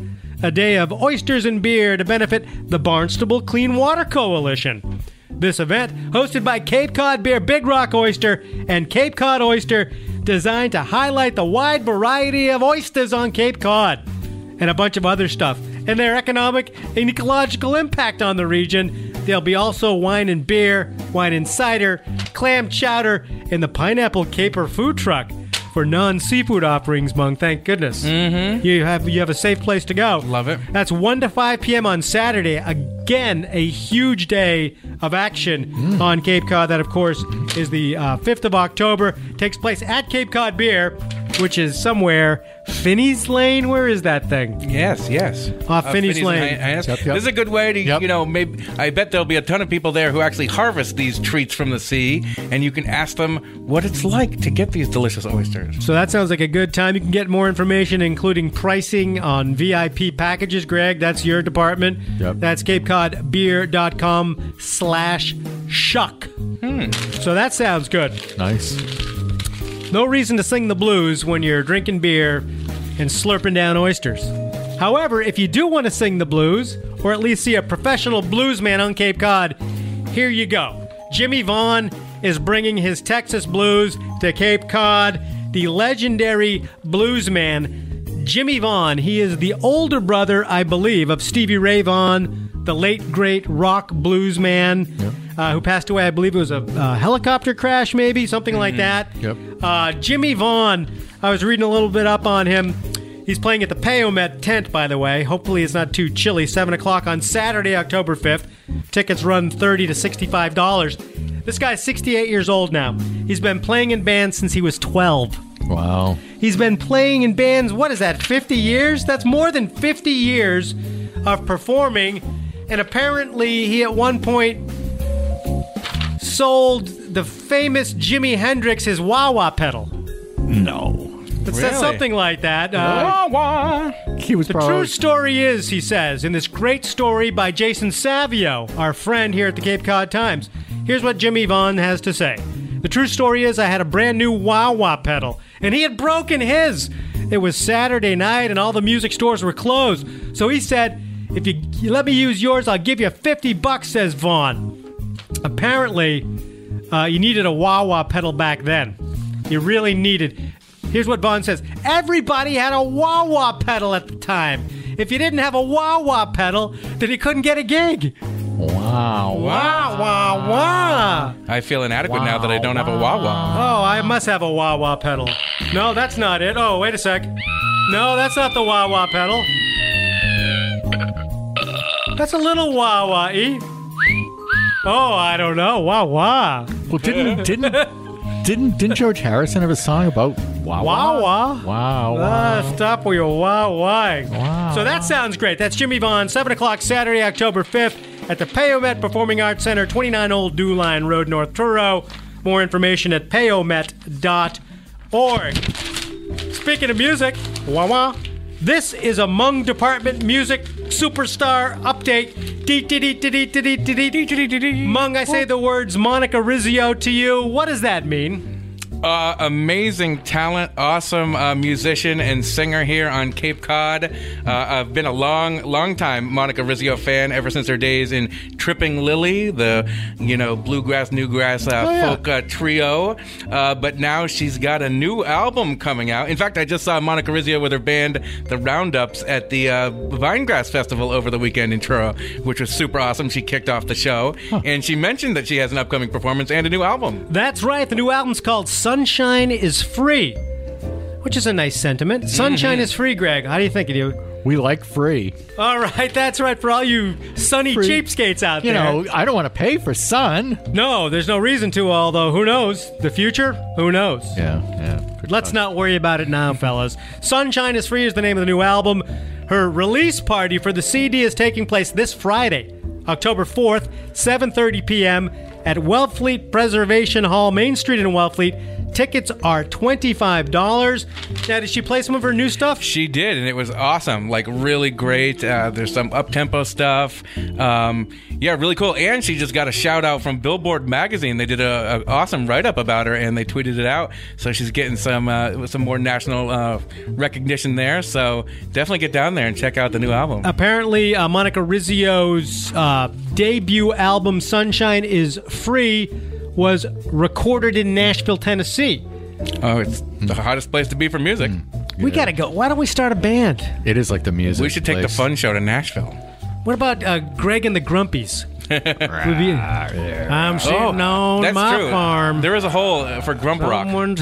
Speaker 1: a day of oysters and beer to benefit the Barnstable Clean Water Coalition. This event, hosted by Cape Cod Beer Big Rock Oyster and Cape Cod Oyster, designed to highlight the wide variety of oysters on Cape Cod and a bunch of other stuff, and their economic and ecological impact on the region. There'll be also wine and beer, wine and cider, clam chowder, and the pineapple caper food truck for non-seafood offerings. Mung, thank goodness, mm-hmm. you have you have a safe place to go.
Speaker 3: Love it.
Speaker 1: That's one to five p.m. on Saturday. Again, a huge day of action
Speaker 3: Mm.
Speaker 1: on Cape Cod. That, of course, is the uh, fifth of October. Takes place at Cape Cod Beer, which is somewhere Finney's Lane. Where is that thing?
Speaker 3: Yes, yes. Uh,
Speaker 1: Off Uh, Finney's Lane.
Speaker 3: I, I asked-
Speaker 2: Yep, yep.
Speaker 3: This is a good way to,
Speaker 2: Yep.
Speaker 3: you know, maybe. I bet there'll be a ton of people there who actually harvest these treats from the sea, and you can ask them what it's like to get these delicious oysters.
Speaker 1: So that sounds like a good time. You can get more information, including pricing on VIP packages. Greg, that's your department.
Speaker 2: Yep.
Speaker 1: That's CapeCodBeer.com slash shuck.
Speaker 3: Hmm.
Speaker 1: So that sounds good.
Speaker 2: Nice.
Speaker 1: No reason to sing the blues when you're drinking beer and slurping down oysters. However, if you do want to sing the blues, or at least see a professional blues man on Cape Cod, here you go. Jimmy Vaughn is bringing his Texas blues to Cape Cod. The legendary blues man, Jimmy Vaughn. He is the older brother, I believe, of Stevie Ray Vaughan, the late great rock blues man. uh, who passed away. I believe it was a uh, helicopter crash, maybe something like that.
Speaker 2: Yep.
Speaker 1: Uh, Jimmy Vaughn. I was reading a little bit up on him. He's playing at the Payomet tent, by the way. Hopefully, it's not too chilly. Seven o'clock on Saturday, October fifth. Tickets run thirty to sixty-five dollars. This guy's sixty-eight years old now. He's been playing in bands since he was twelve.
Speaker 2: Wow.
Speaker 1: He's been playing in bands, what is that, 50 years? That's more than 50 years of performing. And apparently, he at one point sold the famous Jimi Hendrix his wah wah pedal.
Speaker 2: No.
Speaker 1: It says
Speaker 3: Really?
Speaker 1: something like that. Uh,
Speaker 3: Wah, wah.
Speaker 2: He was
Speaker 1: the
Speaker 2: probably
Speaker 1: true story is, he says, in this great story by Jason Savio, our friend here at the Cape Cod Times. Here's what Jimmy Vaughn has to say. The true story is I had a brand new wah wah pedal, and he had broken his. It was Saturday night, and all the music stores were closed. So he said, If you, you let me use yours, I'll give you 50 bucks, says Vaughn. Apparently, uh, you needed a wah wah pedal back then. You really needed. Here's what Vaughn says Everybody had a wah wah pedal at the time. If you didn't have a wah wah pedal, then you couldn't get a gig.
Speaker 2: Wow.
Speaker 1: Wah, wah, wah.
Speaker 3: I feel inadequate now that I don't have a wah wah.
Speaker 1: Oh, I must have a wah wah pedal. No, that's not it. Oh, wait a sec. No, that's not the wah wah pedal. That's a little wah wah e. Oh, I don't know. Wah wah.
Speaker 2: Well, didn't didn't didn't didn't George Harrison have a song about wow
Speaker 1: Wah wah.
Speaker 2: wow
Speaker 1: Ah, stop with your wow why.
Speaker 2: Wow.
Speaker 1: So that sounds great. That's Jimmy Vaughn, 7 o'clock Saturday, October 5th at the Payomet Performing Arts Center, 29 Old Dew Line Road, North Truro. More information at payomet.org. Speaking of music, wah wah. This is a Hmong Department Music Superstar Update. Dee, dee, dee, dee, dee, dee, dee, dee, dee, dee, dee, dee. Hmong, I say the words Monica Rizzio to you. What does that mean?
Speaker 3: Uh, amazing talent, awesome uh, musician and singer here on Cape Cod. Uh, I've been a long, long time Monica Rizzio fan ever since her days in Tripping Lily, the you know bluegrass, newgrass uh, folk uh, trio. Uh, but now she's got a new album coming out. In fact, I just saw Monica Rizzio with her band, the Roundups, at the uh, Vinegrass Festival over the weekend in Truro, which was super awesome. She kicked off the show, and she mentioned that she has an upcoming performance and a new album.
Speaker 1: That's right. The new album's called Sunshine is Free, which is a nice sentiment.
Speaker 2: Mm-hmm.
Speaker 1: Sunshine is free, Greg. How do you think of you?
Speaker 2: we like free
Speaker 1: All right, that's right for all you sunny
Speaker 2: Free.
Speaker 1: cheapskates out
Speaker 2: you
Speaker 1: there.
Speaker 2: know I don't want to pay for sun
Speaker 1: No, there's no reason to, although who knows? The future? Who knows?
Speaker 2: yeah yeah
Speaker 1: Let's not worry about it now, fellas. Sunshine is Free is the name of the new album. Her release party for the CD is taking place this Friday, October 4th, 7:30 p.m. at Wellfleet Preservation Hall, Main Street in Wellfleet. Tickets are $25. Now, did she play some of her new stuff?
Speaker 3: She did, and it was awesome. Like really great. Uh, there's some up tempo stuff. Um, yeah, really cool. And she just got a shout out from Billboard magazine. They did a, a awesome write up about her, and they tweeted it out. So she's getting some uh, some more national uh, recognition there. So definitely get down there and check out the new album.
Speaker 1: Apparently, uh, Monica Rizzio's uh, debut album, Sunshine is Free, was recorded in Nashville, Tennessee.
Speaker 3: oh, it's the hottest place to be for music.
Speaker 1: We gotta go. Why don't we start a band?
Speaker 2: it is like the music
Speaker 3: We should take the
Speaker 2: place.
Speaker 3: fun show to Nashville.
Speaker 1: What about uh, Greg and the Grumpies? Would be- I'm sitting on
Speaker 3: Ah, Oh, that's
Speaker 1: my
Speaker 3: true.
Speaker 1: farm.
Speaker 3: There is a hole uh, for Grump Rock.
Speaker 1: Someone,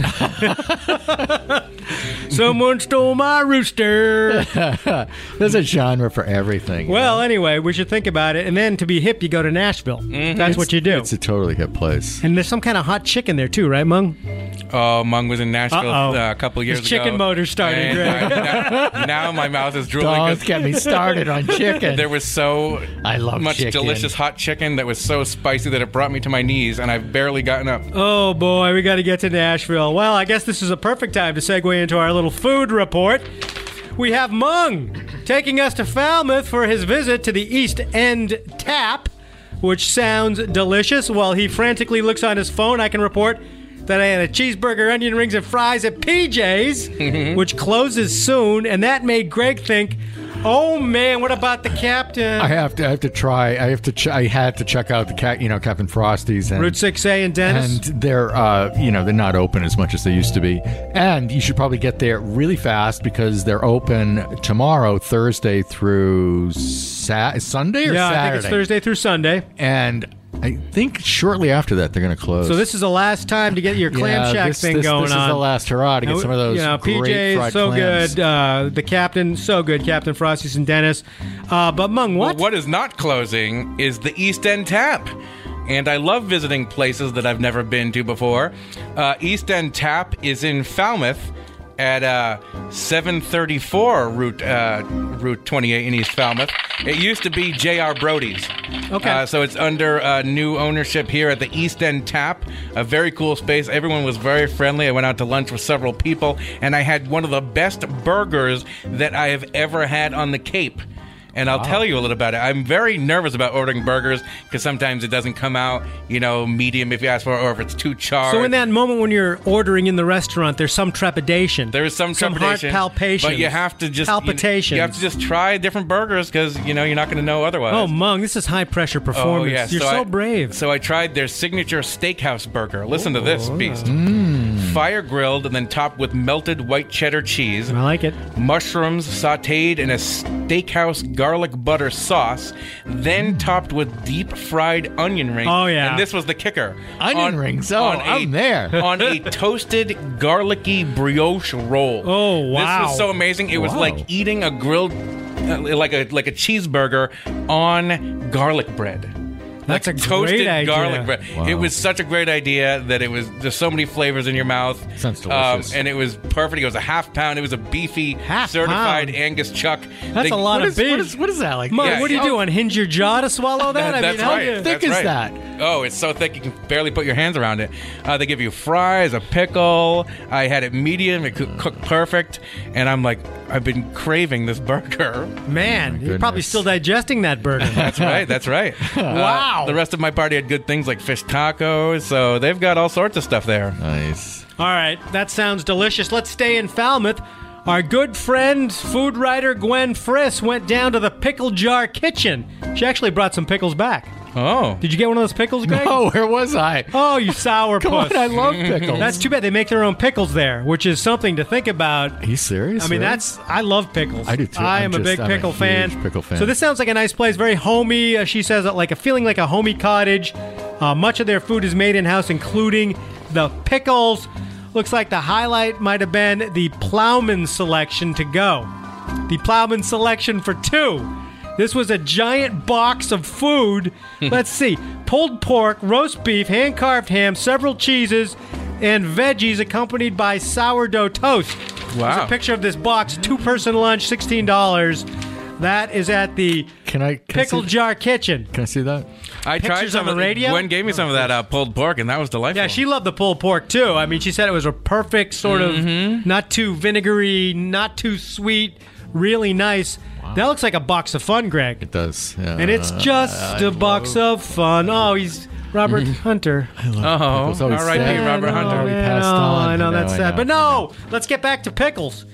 Speaker 1: someone stole my rooster.
Speaker 2: there's a genre for everything you
Speaker 1: Well, anyway, we should think about it. And then to be hip, you go to Nashville.
Speaker 3: Mm-hmm.
Speaker 1: That's what you do.
Speaker 2: It's a totally hip place.
Speaker 1: and there's some kind of hot chicken there too, right, Mung?
Speaker 3: Oh, Mung was in Nashville
Speaker 1: Uh-oh.
Speaker 3: uh, a couple years
Speaker 1: His
Speaker 3: ago.
Speaker 1: chicken motor started,
Speaker 3: And
Speaker 1: Greg.
Speaker 3: I- now, now Oh my mouth is drooling.
Speaker 2: Don't
Speaker 3: 'cause
Speaker 2: get me started on chicken.
Speaker 3: There was so
Speaker 2: I love
Speaker 3: much
Speaker 2: chicken.
Speaker 3: delicious hot chicken that was so spicy that it brought me to my knees, and I've barely gotten up.
Speaker 1: Oh boy, we got to get to Nashville. Well, I guess this is a perfect time to segue into our little food report. We have Mung taking us to Falmouth for his visit to the East End Tap, which sounds delicious. While he frantically looks on his phone, I can report that I had a cheeseburger, onion rings, and fries at
Speaker 2: Mm-hmm.
Speaker 1: PJ's, which closes soon, and that made Greg think, "Oh man, what about the captain?"
Speaker 2: I have to. I have to try. I have to. Ch- I had to check out the cat. You know, Captain Frosty's and
Speaker 1: Route 6A and Dennis.
Speaker 2: and they're uh, you know they're not open as much as they used to be and you should probably get there really fast because they're open tomorrow thursday through sa- sunday or
Speaker 1: yeah, I
Speaker 2: saturday
Speaker 1: think it's Thursday through Sunday.
Speaker 2: and I think shortly after that they're going to close.
Speaker 1: So this is the last time to get your clam
Speaker 2: yeah,
Speaker 1: shack
Speaker 2: this,
Speaker 1: thing
Speaker 2: this,
Speaker 1: going
Speaker 2: this
Speaker 1: on.
Speaker 2: is the last hurrah to get
Speaker 1: Now,
Speaker 2: some of those
Speaker 1: You know,
Speaker 2: great
Speaker 1: PJ
Speaker 2: fried
Speaker 1: so
Speaker 2: clams.
Speaker 1: good. Uh, the captain so good. Captain Frosty's and Dennis. Uh, but Mung,
Speaker 3: Well,
Speaker 1: what?
Speaker 3: what is not closing is the East End Tap. And I love visiting places that I've never been to before. Uh, East End Tap is in Falmouth at uh, 734 Route uh, Route 28 in East Falmouth. It used to be J.R. Brody's.
Speaker 1: Okay.
Speaker 3: Uh, so it's under uh, new ownership here at the East End Tap. A very cool space. Everyone was very friendly. I went out to lunch with several people, and I had one of the best burgers that I have ever had on the Cape. And I'll tell you a little about it. I'm very nervous about ordering burgers because sometimes it doesn't come out, you know, medium if you ask for it, or if it's too charred.
Speaker 1: So in that moment when you're ordering in the restaurant, there's some trepidation.
Speaker 3: There is some, trepidation,
Speaker 1: heart palpation.
Speaker 3: but you have to just
Speaker 1: palpitation.
Speaker 3: You, you have to just uh, try different burgers because you know you're not going to know otherwise.
Speaker 1: Oh, Mung, this is high pressure performance.
Speaker 3: yes,
Speaker 1: You're so,
Speaker 3: Oh, I-
Speaker 1: brave.
Speaker 3: So I tried their signature steakhouse burger. Listen to this
Speaker 1: Oh,
Speaker 3: beast. Fire grilled and then topped with melted white cheddar cheese,
Speaker 1: I like it.
Speaker 3: mushrooms sauteed in a steakhouse garlic butter sauce, then topped with deep fried onion rings.
Speaker 1: Oh, yeah.
Speaker 3: And this was the kicker.
Speaker 2: Onion rings. Oh,
Speaker 3: a-
Speaker 2: I'm there.
Speaker 3: on a toasted garlicky brioche roll.
Speaker 1: Oh, wow.
Speaker 3: This was so amazing. It was
Speaker 2: Wow.
Speaker 3: like eating a grilled uh, like a like a cheeseburger on garlic bread.
Speaker 1: That's
Speaker 3: like
Speaker 1: a
Speaker 3: toasted
Speaker 1: great idea.
Speaker 3: garlic bread. It was such a great idea that it was there's so many flavors in your mouth. Um,
Speaker 2: Sounds delicious.
Speaker 3: and it was perfect. It was a half pound. It was a beefy
Speaker 1: Half
Speaker 3: certified
Speaker 1: pound?
Speaker 3: Angus chuck.
Speaker 1: That's
Speaker 3: They-
Speaker 1: a lot of
Speaker 2: What is,
Speaker 1: beef.
Speaker 2: what, is, what is that like?
Speaker 1: Mung,
Speaker 3: Yeah,
Speaker 1: what do you
Speaker 3: yeah.
Speaker 1: do? Unhinge your jaw to swallow that? I mean,
Speaker 3: That's
Speaker 1: how
Speaker 3: right.
Speaker 1: do you-
Speaker 2: thick
Speaker 3: That's
Speaker 2: is
Speaker 3: right.
Speaker 2: that?
Speaker 3: Oh, it's so thick you can barely put your hands around it. Uh, they give you fries, a pickle. I had it medium. It cooked, cooked perfect, and I'm like, I've been craving this burger.
Speaker 1: man, you're probably
Speaker 2: goodness.
Speaker 1: still digesting that burger.
Speaker 3: That's right. That's right. wow. the rest of my party had good things like fish tacos, so they've got all sorts of stuff there.
Speaker 2: Uh. Nice.
Speaker 1: All right, that sounds delicious. Let's stay in Falmouth. Our good friend, food writer Gwen Friss, went down to the pickle jar kitchen. She actually brought some pickles back.
Speaker 3: Oh,
Speaker 1: Did you get one of those pickles, Greg?
Speaker 2: Oh, where was I?
Speaker 1: Oh, you sour
Speaker 2: Come on, I love pickles.
Speaker 1: That's too bad. They make their own pickles there, which is something to think about.
Speaker 2: Are you serious?
Speaker 1: I mean,
Speaker 2: really?
Speaker 1: that's I love pickles.
Speaker 2: I do too.
Speaker 1: I am
Speaker 2: I'm
Speaker 1: a big
Speaker 2: just- I'm a
Speaker 1: pickle
Speaker 2: huge
Speaker 1: fan.
Speaker 2: pickle fan.
Speaker 1: So this sounds like a nice place, very homey. Uh, she says, uh, like a feeling like a homey cottage. Uh, much of their food is made in house, including the pickles. Looks like the highlight might have been the Plowman selection to go. The Plowman selection for two. This was a giant box of food. Let's see: pulled pork, roast beef, hand carved ham, several cheeses, and veggies, accompanied by sourdough toast.
Speaker 3: Wow.
Speaker 1: There's a picture of this box, two person lunch, sixteen dollars. That is at the
Speaker 2: Can I can
Speaker 1: Pickle
Speaker 2: I see,
Speaker 1: Jar Kitchen.
Speaker 2: Can I see that?
Speaker 3: I tried
Speaker 1: Pictures
Speaker 3: some
Speaker 1: on
Speaker 3: of
Speaker 1: the radio?
Speaker 3: Gwen gave me some of that uh, pulled pork, and that was delightful.
Speaker 1: Yeah, she loved the pulled pork too. I mean, she said it was a perfect sort of not too vinegary, not too sweet, really nice. That looks like a box of fun, Greg.
Speaker 2: It does. Yeah.
Speaker 1: And it's just a box of fun. Oh, he's Robert Hunter.
Speaker 3: Oh,
Speaker 2: Pickles always
Speaker 3: R.I.P.
Speaker 2: sad.
Speaker 3: Robert
Speaker 1: I know,
Speaker 3: Hunter.
Speaker 2: He
Speaker 1: I
Speaker 2: passed
Speaker 1: know,
Speaker 2: on.
Speaker 1: I know,
Speaker 2: I know,
Speaker 1: that's
Speaker 2: I
Speaker 1: sad.
Speaker 2: know.
Speaker 1: But no, let's get back to pickles.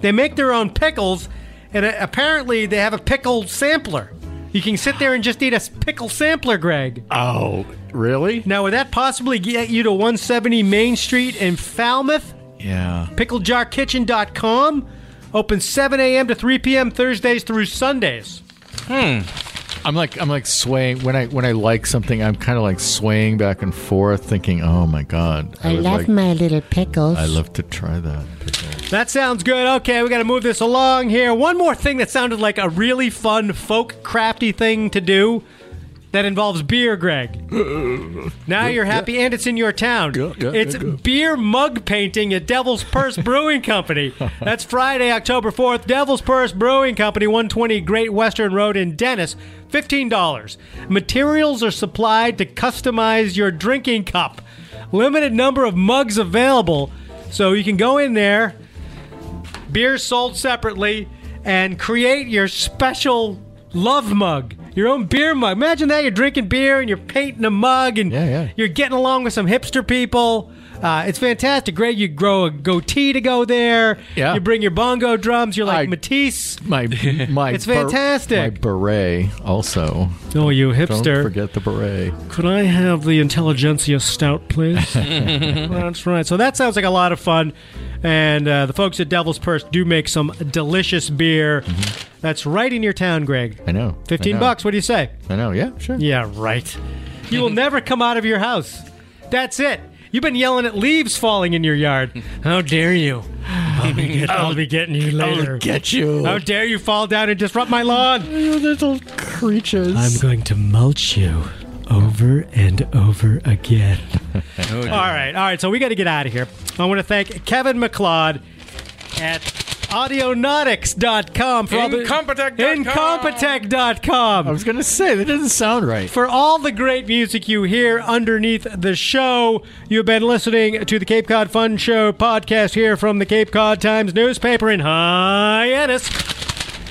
Speaker 1: They make their own pickles, and uh, apparently they have a pickle sampler. You can sit there and just eat a s- pickle sampler, Greg.
Speaker 2: Oh, really?
Speaker 1: Now, would that possibly get you to 170 Main Street in Falmouth?
Speaker 2: Yeah.
Speaker 1: PickleJarKitchen.com. Open 7 a.m. to 3 p.m. Thursdays through Sundays.
Speaker 2: I'm like I'm like swaying when I when I like something. I'm kind of like swaying back and forth, thinking, "Oh my god,
Speaker 4: I
Speaker 2: would
Speaker 4: love
Speaker 2: like-
Speaker 4: my little pickles.
Speaker 2: I love to try that."
Speaker 1: That sounds good. Okay, we got to move this along here. One more thing that sounded like a really fun folk crafty thing to do that involves beer, Greg. Now you're happy and it's in your town.
Speaker 2: Yeah, yeah,
Speaker 1: It's
Speaker 2: yeah, yeah.
Speaker 1: beer mug painting at Devil's Purse Brewing Company. That's Friday, October 4th. Devil's Purse Brewing Company, 120 Great Western Road in Dennis. $15. Materials are supplied to customize your drinking cup. Limited number of mugs available. So you can go in there, beer sold separately, and create your special love mug, your own beer mug. Imagine that you're drinking beer and you're painting a mug, and
Speaker 2: Yeah, yeah.
Speaker 1: you're getting along with some hipster people. Uh, it's fantastic, Greg. You grow a goatee to go there.
Speaker 2: Yeah.
Speaker 1: You bring your bongo drums. You're like
Speaker 2: I-
Speaker 1: Matisse.
Speaker 2: My my
Speaker 1: It's fantastic.
Speaker 2: My beret also.
Speaker 1: Oh, you
Speaker 2: Don't
Speaker 1: hipster.
Speaker 2: forget the beret.
Speaker 1: Could I have the Intelligentsia Stout, please? That's right. So that sounds like a lot of fun. And uh, the folks at Devil's Purse do make some delicious beer.
Speaker 2: Mm-hmm.
Speaker 1: That's right in your town, Greg.
Speaker 2: I know. I
Speaker 1: 15
Speaker 2: know.
Speaker 1: bucks. What do you say?
Speaker 2: I know. Yeah, sure.
Speaker 1: Yeah, right. You will never come out of your house. That's it. You've been yelling at leaves falling in your yard. How dare you? I'll be, get- I'll be getting you later.
Speaker 2: Get you,
Speaker 1: How dare you fall down and disrupt my lawn?
Speaker 2: you little creatures.
Speaker 1: going to mulch you over and over again.
Speaker 3: Oh,
Speaker 1: All right, all right. So we got to get out of here. I want to thank Kevin McLeod at audionautics.com for all the
Speaker 3: Incompetech.com.
Speaker 1: incompetech.com
Speaker 2: I was gonna say that doesn't sound right.
Speaker 1: for all the great music you hear underneath the show. You've been listening to the Cape Cod Fun Show podcast here from the Cape Cod Times newspaper in Hyannis.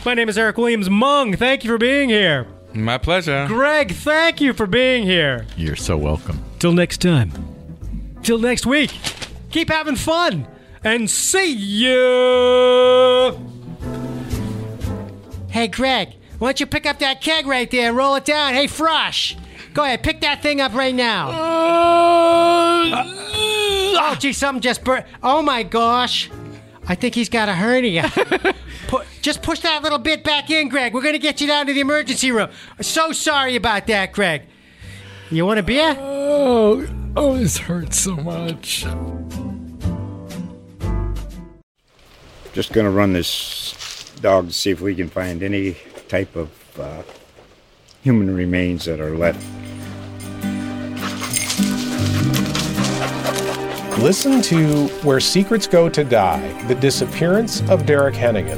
Speaker 1: My name is Eric Williams Mung. Thank you for being here.
Speaker 3: My pleasure.
Speaker 1: Greg, thank you for being here.
Speaker 2: You're so welcome.
Speaker 1: Till next time. Till next week. Keep having fun and see you. Hey, Greg, why don't you pick up that keg right there and roll it down? Hey, Frosh, go ahead, pick that thing up right now. Uh, oh, gee, something just burst. Oh, my gosh. I think he's got a hernia. Pu- just push that little bit back in, Greg. We're going to get you down to the emergency room. So sorry about that, Greg. You want a beer?
Speaker 2: Oh, oh, this hurts so much.
Speaker 5: Just going to run this dog to see if we can find any type of uh, human remains that are left.
Speaker 6: Listen to Where Secrets Go to Die The Disappearance of Derek Hennigan.